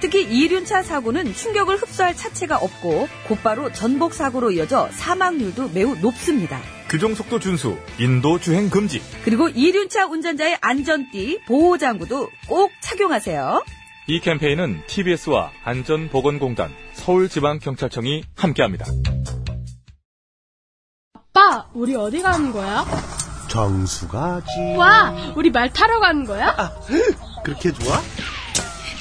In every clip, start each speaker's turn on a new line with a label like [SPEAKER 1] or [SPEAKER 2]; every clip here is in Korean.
[SPEAKER 1] 특히 이륜차 사고는 충격을 흡수할 차체가 없고 곧바로 전복 사고로 이어져 사망률도 매우 높습니다.
[SPEAKER 2] 규정속도 준수, 인도 주행 금지.
[SPEAKER 1] 그리고 이륜차 운전자의 안전띠, 보호장구도 꼭 착용하세요.
[SPEAKER 2] 이 캠페인은 TBS와 안전보건공단, 서울지방경찰청이 함께합니다.
[SPEAKER 3] 아빠, 우리 어디 가는 거야?
[SPEAKER 4] 정수 가지.
[SPEAKER 3] 와, 우리 말 타러 가는 거야?
[SPEAKER 4] 그렇게 좋아?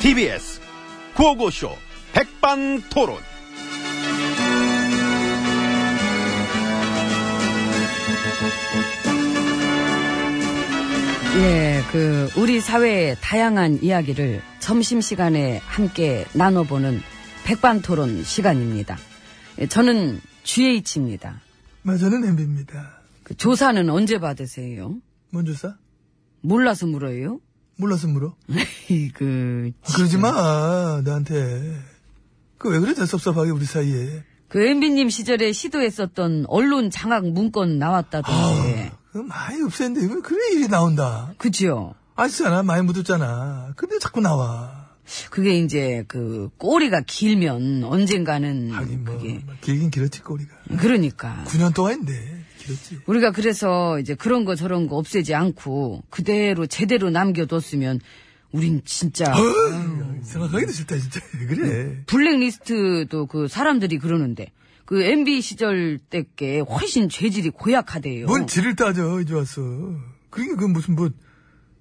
[SPEAKER 4] TBS 구호고쇼 백반토론.
[SPEAKER 5] 예, 그 우리 사회의 다양한 이야기를 점심 시간에 함께 나눠보는 백반토론 시간입니다. 예, 저는 GH입니다. 그
[SPEAKER 6] 마 저는 엠비입니다.
[SPEAKER 5] 조사는 언제 받으세요?
[SPEAKER 6] 뭔 조사?
[SPEAKER 5] 몰라서 물어요?
[SPEAKER 6] 몰라서 물어. 아,
[SPEAKER 5] 그,
[SPEAKER 6] 그러지 마 나한테. 그 왜 그래 저 섭섭하게 우리 사이에.
[SPEAKER 5] 그 MB님 시절에 시도했었던 언론 장악 문건 나왔다던데.
[SPEAKER 6] 그 많이 없앴는데 왜 그래 일이 나온다.
[SPEAKER 5] 그죠?
[SPEAKER 6] 아시잖아 많이 묻었잖아. 근데 자꾸 나와.
[SPEAKER 5] 그게 이제 그 꼬리가 길면 언젠가는
[SPEAKER 6] 하긴 뭐
[SPEAKER 5] 그게
[SPEAKER 6] 길긴 길었지 꼬리가.
[SPEAKER 5] 그러니까
[SPEAKER 6] 9년 동안인데 길었지.
[SPEAKER 5] 우리가 그래서 이제 그런 거 저런 거 없애지 않고 그대로 제대로 남겨뒀으면 우린 진짜
[SPEAKER 6] 어, 생각하기도 싫다 진짜. 왜 그래.
[SPEAKER 5] 블랙리스트도 그 사람들이 그러는데 그 MB 시절 때께 훨씬 죄질이 고약하대요.
[SPEAKER 6] 뭔 질을 따져 이제 왔어. 그러니까 그 무슨 뭐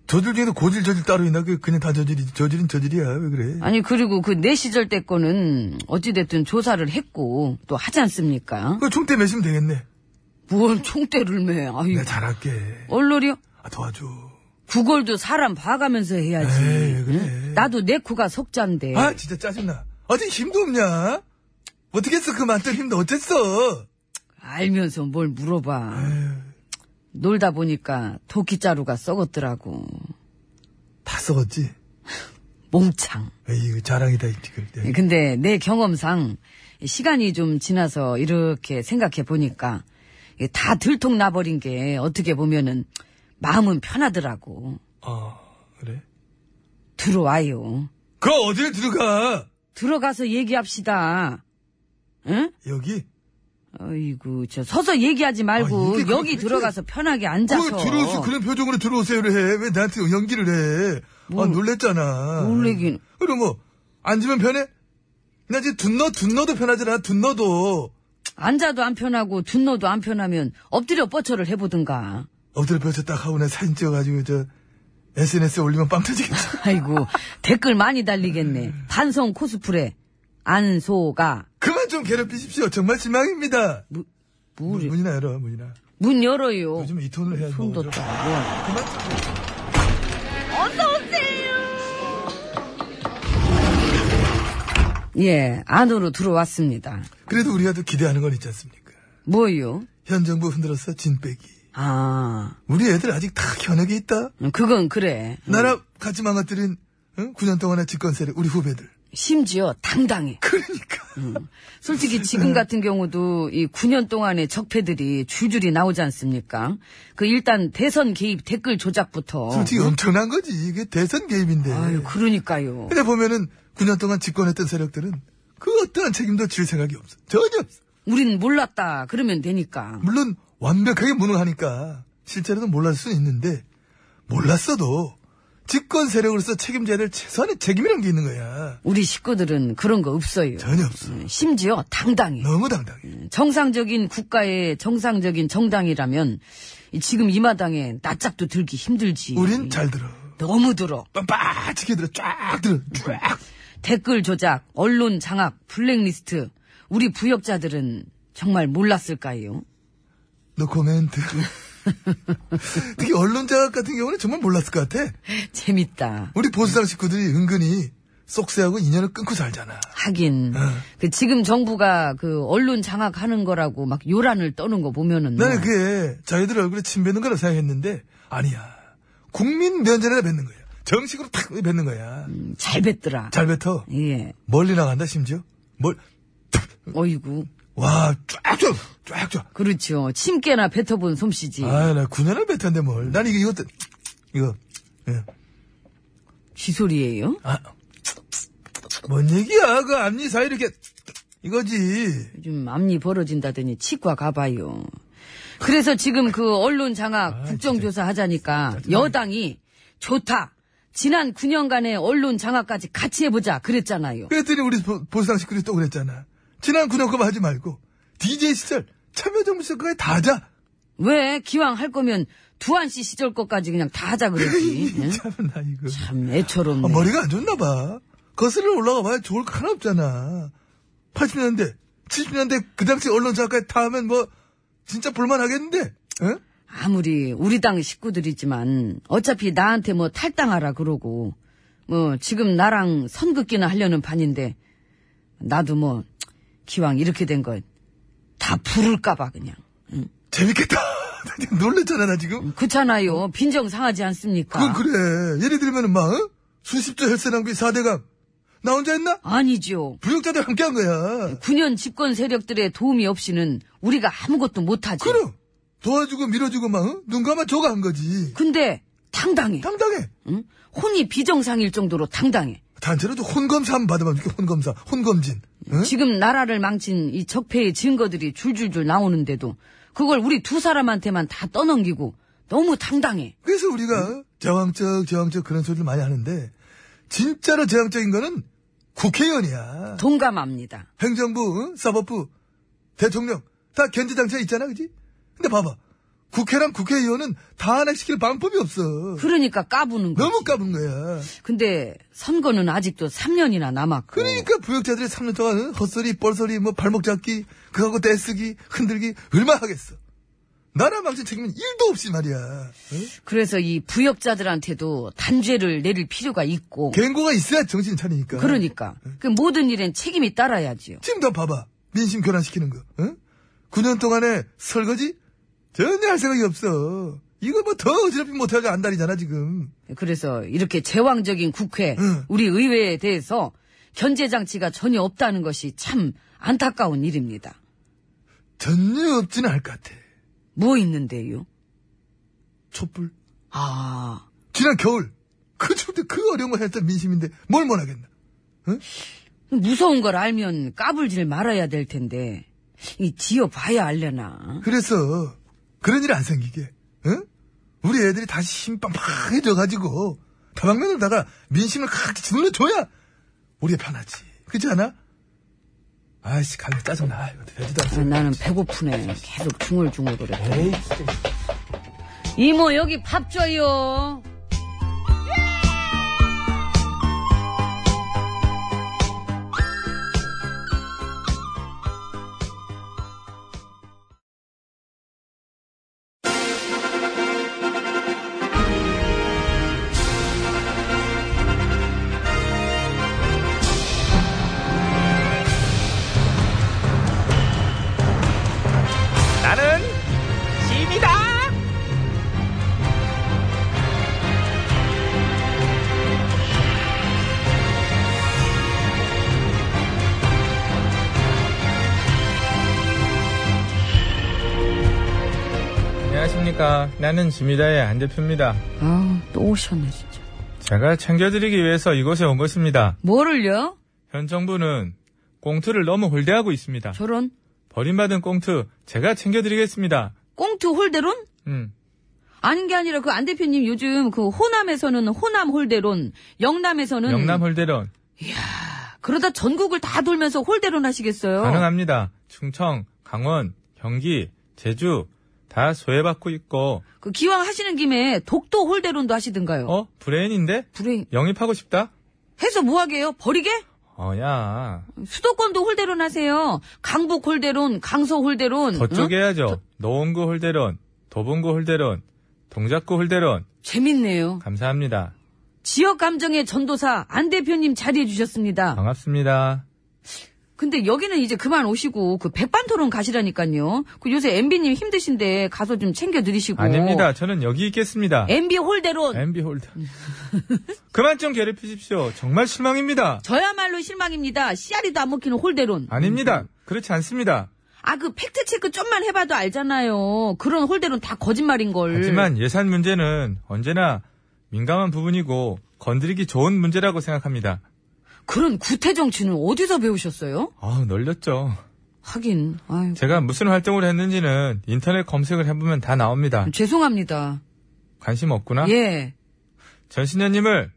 [SPEAKER 6] 저질 중에도 고질 저질 따로 있나 그 그냥 다 저질이지 저질은 저질이야 왜 그래.
[SPEAKER 5] 아니 그리고 그 내 시절 때 거는 어찌됐든 조사를 했고 또 하지 않습니까?
[SPEAKER 6] 그 총대 매시면 되겠네.
[SPEAKER 5] 뭘 총대를 매? 아이
[SPEAKER 6] 내가 잘할게.
[SPEAKER 5] 얼놀이요?
[SPEAKER 6] 아, 도와줘.
[SPEAKER 5] 구걸도 사람 봐가면서 해야지.
[SPEAKER 6] 에이, 그래.
[SPEAKER 5] 응? 나도 내 코가 석잔데.
[SPEAKER 6] 아, 진짜 짜증나. 어제 힘도 없냐? 어떻게 했어? 그 많던 힘도 어땠어?
[SPEAKER 5] 알면서 뭘 물어봐. 놀다 보니까 도끼자루가 썩었더라고.
[SPEAKER 6] 다 썩었지?
[SPEAKER 5] 몽창.
[SPEAKER 6] 에이, 이거 자랑이다, 이 지금. 네.
[SPEAKER 5] 근데 내 경험상 시간이 좀 지나서 이렇게 생각해 보니까 이게 다 들통나버린 게 어떻게 보면은 마음은 편하더라고.
[SPEAKER 6] 아, 그래?
[SPEAKER 5] 들어와요.
[SPEAKER 6] 그 어딜 들어가?
[SPEAKER 5] 들어가서 얘기합시다. 응?
[SPEAKER 6] 여기?
[SPEAKER 5] 어이구, 저 서서 얘기하지
[SPEAKER 6] 아,
[SPEAKER 5] 말고
[SPEAKER 6] 이게
[SPEAKER 5] 여기
[SPEAKER 6] 그렇게-
[SPEAKER 5] 들어가서 편하게
[SPEAKER 6] 그
[SPEAKER 5] 앉아서.
[SPEAKER 6] 들어오세요. 그런 표정으로 들어오세요를 해. 왜 나한테 연기를 해? 아, 놀랬잖아.
[SPEAKER 5] 놀래긴.
[SPEAKER 6] 그럼 뭐, 앉으면 편해? 나 이제 둔너, 둔너도 편하잖아, 둔너도.
[SPEAKER 5] 앉아도 안 편하고 둔너도 안 편하면 엎드려 뻗쳐를 해보든가.
[SPEAKER 6] 엎드려 펴서 딱 하고 나 사진 찍어가지고, 저, SNS에 올리면 빵 터지겠지.
[SPEAKER 5] 아이고, 댓글 많이 달리겠네.
[SPEAKER 6] 음.
[SPEAKER 5] 반성 코스프레. 안소가.
[SPEAKER 6] 그만 좀 괴롭히십시오. 정말 실망입니다.
[SPEAKER 5] 물,
[SPEAKER 6] 문이나 열어, 문이나.
[SPEAKER 5] 문 열어요.
[SPEAKER 6] 요즘 이 톤을 해야지.
[SPEAKER 5] 손
[SPEAKER 6] 먹어줘.
[SPEAKER 5] 뒀다. 뭐. 예, 안으로 들어왔습니다.
[SPEAKER 6] 그래도 우리가 또 기대하는 건 있지 않습니까?
[SPEAKER 5] 뭐요?
[SPEAKER 6] 현 정부 흔들어서 진빼기.
[SPEAKER 5] 아,
[SPEAKER 6] 우리 애들 아직 다 현역에 있다.
[SPEAKER 5] 음. 그건 그래.
[SPEAKER 6] 나라 같이 망가뜨린 응? 9년 동안의 집권 세력, 우리 후배들.
[SPEAKER 5] 심지어 당당해.
[SPEAKER 6] 그러니까.
[SPEAKER 5] 솔직히 지금 같은 경우도 이 9년 동안의 적폐들이 줄줄이 나오지 않습니까? 그 일단 대선 개입 댓글 조작부터.
[SPEAKER 6] 솔직히 엄청난 거지. 이게 대선 개입인데.
[SPEAKER 5] 어. 아유, 그러니까요.
[SPEAKER 6] 근데 보면은 9년 동안 집권했던 세력들은 그 어떠한 책임도 질 생각이 없어. 전혀 없어.
[SPEAKER 5] 우린 몰랐다. 그러면 되니까.
[SPEAKER 6] 물론 완벽하게 무능하니까 실제로는 몰랐을 수는 있는데 몰랐어도 집권 세력으로서 책임져야 될 최소한의 책임이란 게 있는 거야.
[SPEAKER 5] 우리 식구들은 그런 거 없어요.
[SPEAKER 6] 전혀 없어.
[SPEAKER 5] 음, 심지어 당당해.
[SPEAKER 6] 너무 당당해.
[SPEAKER 5] 정상적인 국가의 정상적인 정당이라면 이 지금 이 마당에 낯짝도 들기 힘들지.
[SPEAKER 6] 우린 잘 들어.
[SPEAKER 5] 너무 들어.
[SPEAKER 6] 빤빠치게 들어. 쫙 들어. 쫙.
[SPEAKER 5] 댓글 조작, 언론 장악, 블랙리스트. 우리 부역자들은 정말 몰랐을까요?
[SPEAKER 6] 너 코멘트. 특히 언론자 같은 경우는 정말 몰랐을 것 같아.
[SPEAKER 5] 재밌다.
[SPEAKER 6] 우리 보수당 식구들이 은근히 쏙세하고 인연을 끊고 살잖아.
[SPEAKER 5] 하긴
[SPEAKER 6] 어.
[SPEAKER 5] 그 지금 정부가 그 언론 장악하는 거라고 막 요란을 떠는 거 보면은 뭐
[SPEAKER 6] 나는 네, 그게 자기들 얼굴에 침 뱉는 거라 생각했는데 아니야. 국민 면전에다 뱉는 거야. 정식으로 탁 뱉는 거야.
[SPEAKER 5] 잘 뱉더라.
[SPEAKER 6] 잘 뱉어.
[SPEAKER 5] 예.
[SPEAKER 6] 멀리 나간다 심지어. 멀.
[SPEAKER 5] 어이구.
[SPEAKER 6] 와 쫙쫙 쫙쫙.
[SPEAKER 5] 그렇죠. 침깨나 뱉어본 솜씨지.
[SPEAKER 6] 아나 9년을 뱉었는데 뭘. 난 이게 이것도 이거. 예.
[SPEAKER 5] 쥐 소리예요?
[SPEAKER 6] 뭔 얘기야 그 앞니 사이 이렇게 이거지.
[SPEAKER 5] 요즘 앞니 벌어진다더니 치과 가봐요. 그래서 지금 그 언론 장악
[SPEAKER 6] 아,
[SPEAKER 5] 국정조사 하자니까 여당이 좋다. 지난 9년간의 언론 장악까지 같이 해보자 그랬잖아요.
[SPEAKER 6] 그랬더니 우리 보- 보수당 식구들이 또 그랬잖아. 지난 9년 거만 하지 말고 DJ 시절 참여정부 시절 거에 다 하자.
[SPEAKER 5] 왜 기왕 할 거면 두한 씨 시절 것까지 그냥 다 하자 그랬지. 예?
[SPEAKER 6] 참나 이거.
[SPEAKER 5] 참 애처롭네.
[SPEAKER 6] 아, 머리가 안 좋나 봐. 거슬러 올라가 봐야 좋을 거 하나 없잖아. 80년대, 70년대 그 당시 언론 작가에 다 하면 뭐 진짜 볼만 하겠는데. 응?
[SPEAKER 5] 아무리 우리 당 식구들이지만 어차피 나한테 뭐 탈당하라 그러고 뭐 지금 나랑 선긋기나 하려는 판인데 나도 뭐 기왕 이렇게 된 걸 다 부를까봐 그냥
[SPEAKER 6] 재밌겠다. 나 지금 놀랬잖아 나 지금.
[SPEAKER 5] 그렇잖아요 빈정 상하지 않습니까
[SPEAKER 6] 그건 그래. 예를 들면은 막 어? 수십조 혈세낭비 4대강 나 혼자 했나?
[SPEAKER 5] 아니죠
[SPEAKER 6] 부역자들 함께 한 거야.
[SPEAKER 5] 9년 집권 세력들의 도움이 없이는 우리가 아무것도 못하지
[SPEAKER 6] 그럼 도와주고 밀어주고 막 어? 눈 감아 줘가 한 거지.
[SPEAKER 5] 근데 당당해
[SPEAKER 6] 당당해.
[SPEAKER 5] 응? 혼이 비정상일 정도로 당당해
[SPEAKER 6] 단체로도 혼검사 한번 받아봐. 이렇게 혼검사, 혼검진. 응?
[SPEAKER 5] 지금 나라를 망친 이 적폐의 증거들이 줄줄줄 나오는데도 그걸 우리 두 사람한테만 다 떠넘기고 너무 당당해.
[SPEAKER 6] 그래서 우리가 저항적, 저항적 그런 소리를 많이 하는데 진짜로 저항적인 거는 국회의원이야.
[SPEAKER 5] 동감합니다.
[SPEAKER 6] 행정부, 응? 사법부, 대통령 다 견제장치가 있잖아, 그지? 근데 봐봐. 국회랑 국회의원은 다 하나시킬 방법이 없어.
[SPEAKER 5] 그러니까 까부는 거지.
[SPEAKER 6] 너무 까분 거야.
[SPEAKER 5] 근데 선거는 아직도 3년이나 남았고
[SPEAKER 6] 그러니까 부역자들이 3년 동안 응? 헛소리, 뻘소리, 뭐 발목 잡기, 그거하고 떼쓰기, 흔들기 얼마나 하겠어. 나라 망친 책임은 1도 없이 말이야. 응?
[SPEAKER 5] 그래서 이 부역자들한테도 단죄를 내릴 필요가 있고
[SPEAKER 6] 갱고가 있어야 정신 차리니까.
[SPEAKER 5] 그러니까 그 모든 일엔 책임이 따라야지요.
[SPEAKER 6] 지금 너 봐봐. 민심 교란시키는 거. 응? 9년 동안에 설거지? 전혀 할 생각이 없어. 이거 뭐 더 어지럽히 못하게 안달이잖아, 지금.
[SPEAKER 5] 그래서 이렇게 제왕적인 국회,
[SPEAKER 6] 응.
[SPEAKER 5] 우리 의회에 대해서 견제 장치가 전혀 없다는 것이 참 안타까운 일입니다.
[SPEAKER 6] 전혀 없지는 않을 것 같아.
[SPEAKER 5] 뭐 있는데요?
[SPEAKER 6] 촛불.
[SPEAKER 5] 아,
[SPEAKER 6] 지난 겨울. 그 추운데 그 어려운 걸 했던 민심인데 뭘 못하겠나.
[SPEAKER 5] 무서운 걸 알면 까불질 말아야 될 텐데, 이 지어봐야 알려나.
[SPEAKER 6] 그래서 그런 일 안 생기게. 응? 우리 애들이 다시 힘 빵빵해져가지고 다방면에다가 민심을 크게 짓눌러줘야 우리가 편하지. 그렇지 않아? 아이씨, 가면 짜증나. 이거 되지도 않아.
[SPEAKER 5] 아, 나는 배고프네. 계속 중얼중얼거려. 이모, 여기 밥 줘요.
[SPEAKER 7] 나는 짐이다.
[SPEAKER 2] 안녕하십니까. 나는 지미다의 안 대표입니다.
[SPEAKER 5] 아, 또 오셨네, 진짜.
[SPEAKER 2] 제가 챙겨드리기 위해서 이곳에 온 것입니다.
[SPEAKER 5] 뭐를요?
[SPEAKER 2] 현 정부는 꽁트를 너무 홀대하고 있습니다.
[SPEAKER 5] 저런?
[SPEAKER 2] 버림받은 꽁트 제가 챙겨드리겠습니다.
[SPEAKER 5] 꽁트 홀대론?
[SPEAKER 2] 음,
[SPEAKER 5] 아닌 게 아니라 그 안 대표님 요즘 그 호남에서는 호남 홀대론, 영남에서는
[SPEAKER 2] 영남 홀대론
[SPEAKER 5] 그러다 전국을 다 돌면서 홀대론 하시겠어요?
[SPEAKER 2] 가능합니다. 충청, 강원, 경기, 제주 다 소외받고 있고
[SPEAKER 5] 그 기왕 하시는 김에 독도 홀대론도 하시든가요.
[SPEAKER 2] 어 브레인인데
[SPEAKER 5] 불행
[SPEAKER 2] 영입하고 싶다.
[SPEAKER 5] 해서 뭐 하게요? 버리게?
[SPEAKER 2] 어야
[SPEAKER 5] 수도권도 홀대론 하세요. 강북 홀대론, 강서 홀대론.
[SPEAKER 2] 저쪽
[SPEAKER 5] 응?
[SPEAKER 2] 해야죠. 노원구 홀대론, 도봉구 홀대론, 동작구 홀대론
[SPEAKER 5] 재밌네요.
[SPEAKER 2] 감사합니다.
[SPEAKER 5] 지역 감정의 전도사 안 대표님 자리해
[SPEAKER 2] 아.
[SPEAKER 5] 주셨습니다.
[SPEAKER 2] 반갑습니다.
[SPEAKER 5] 근데 여기는 이제 그만 오시고 그 백반토론 가시라니까요. 그 요새 MB님 힘드신데 가서 좀 챙겨 드리시고.
[SPEAKER 2] 아닙니다. 네. 저는 여기 있겠습니다.
[SPEAKER 5] MB 홀대론.
[SPEAKER 2] MB 홀대. 그만 좀 괴롭히십시오. 정말 실망입니다.
[SPEAKER 5] 저야말로 실망입니다. 씨알이도 안 먹히는 홀대론. 음,
[SPEAKER 2] 아닙니다. 그렇지 않습니다.
[SPEAKER 5] 아 그 팩트 체크 좀만 해봐도 알잖아요. 그런 홀대론 다 거짓말인 걸.
[SPEAKER 2] 하지만 예산 문제는 언제나 민감한 부분이고 건드리기 좋은 문제라고 생각합니다.
[SPEAKER 5] 그런 구태 정치는 어디서 배우셨어요?
[SPEAKER 2] 아 널렸죠.
[SPEAKER 5] 하긴. 아유,
[SPEAKER 2] 제가 무슨 활동을 했는지는 인터넷 검색을 해보면 다 나옵니다.
[SPEAKER 5] 죄송합니다.
[SPEAKER 2] 관심 없구나.
[SPEAKER 5] 예.
[SPEAKER 2] 전신현님을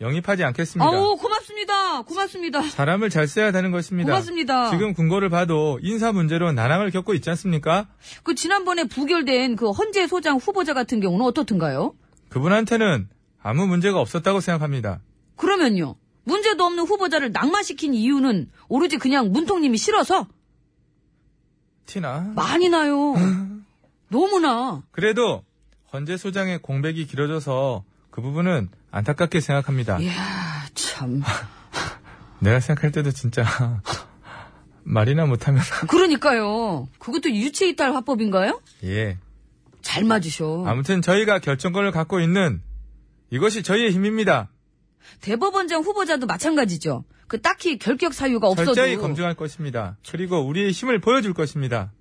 [SPEAKER 2] 영입하지 않겠습니다.
[SPEAKER 5] 아우 고맙습니다. 고맙습니다.
[SPEAKER 2] 사람을 잘 써야 되는 것입니다.
[SPEAKER 5] 고맙습니다.
[SPEAKER 2] 지금 군거를 봐도 인사 문제로 난항을 겪고 있지 않습니까?
[SPEAKER 5] 그 지난번에 부결된 그 헌재 소장 후보자 같은 경우는 어떻든가요?
[SPEAKER 2] 그분한테는 아무 문제가 없었다고 생각합니다.
[SPEAKER 5] 그러면요. 문제도 없는 후보자를 낙마시킨 이유는 오로지 그냥 문통님이 싫어서
[SPEAKER 2] 티나.
[SPEAKER 5] 많이 나요. 너무나.
[SPEAKER 2] 그래도 헌재 소장의 공백이 길어져서 그 부분은 안타깝게 생각합니다.
[SPEAKER 5] 예. 이야, 참.
[SPEAKER 2] 내가 생각할 때도 진짜 말이나 못하면
[SPEAKER 5] 그러니까요. 그것도 유체이탈 화법인가요?
[SPEAKER 2] 예.
[SPEAKER 5] 잘 맞으셔.
[SPEAKER 2] 아무튼 저희가 결정권을 갖고 있는 이것이 저희의 힘입니다.
[SPEAKER 5] 대법원장 후보자도 마찬가지죠. 그 딱히 결격 사유가 없어도.
[SPEAKER 2] 철저히 검증할 것입니다. 그리고 우리의 힘을 보여줄 것입니다.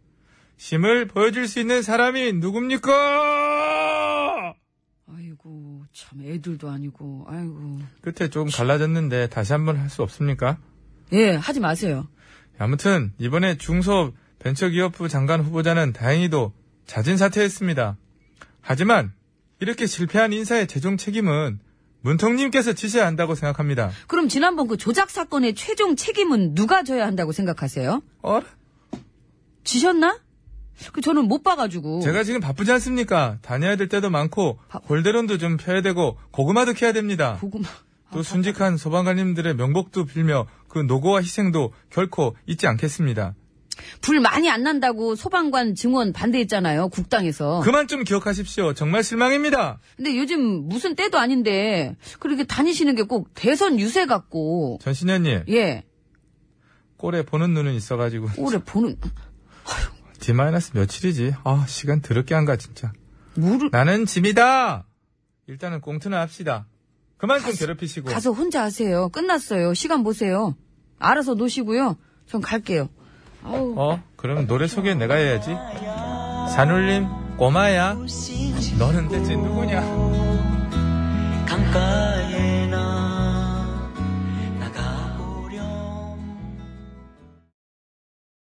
[SPEAKER 2] 힘을 보여줄 수 있는 사람이 누굽니까?
[SPEAKER 5] 아이고, 참 애들도 아니고. 아이고.
[SPEAKER 2] 끝에 조금 갈라졌는데 다시 한번 할 수 없습니까?
[SPEAKER 5] 예, 하지 마세요.
[SPEAKER 2] 아무튼 이번에 중소업 벤처기업부 장관 후보자는 다행히도 자진 사퇴했습니다. 하지만 이렇게 실패한 인사의 최종 책임은 문통님께서 지셔야 한다고 생각합니다.
[SPEAKER 5] 그럼 지난번 그 조작 사건의 최종 책임은 누가 져야 한다고 생각하세요?
[SPEAKER 2] 어?
[SPEAKER 5] 지셨나? 그 저는 못 봐가지고.
[SPEAKER 2] 제가 지금 바쁘지 않습니까? 다녀야 될 때도 많고
[SPEAKER 5] 바-
[SPEAKER 2] 골대론도 좀 펴야 되고 고구마도 캐야 됩니다.
[SPEAKER 5] 고구마. 아,
[SPEAKER 2] 또 순직한 소방관님들의 명복도 빌며 그 노고와 희생도 결코 잊지 않겠습니다.
[SPEAKER 5] 불 많이 안 난다고 소방관 증원 반대했잖아요, 국당에서.
[SPEAKER 2] 그만 좀 기억하십시오. 정말 실망입니다.
[SPEAKER 5] 근데 요즘 무슨 때도 아닌데, 그렇게 다니시는 게 꼭 대선 유세 같고,
[SPEAKER 2] 전신현님
[SPEAKER 5] 예,
[SPEAKER 2] 꼴에 보는 눈은 있어가지고
[SPEAKER 5] 올해 보는,
[SPEAKER 2] D 마이너스 며칠이지? 아 시간 더럽게 안 가 진짜.
[SPEAKER 5] 물을,
[SPEAKER 2] 나는 짐이다. 일단은 공투나 합시다. 그만 좀 괴롭히시고
[SPEAKER 5] 가서 혼자 하세요. 끝났어요. 시간 보세요. 알아서 노시고요. 전 갈게요.
[SPEAKER 2] 어? 그럼 노래 소개 내가 해야지.
[SPEAKER 5] 아,
[SPEAKER 2] 산울림 꼬마야. 너는 대체 누구냐?
[SPEAKER 8] 강가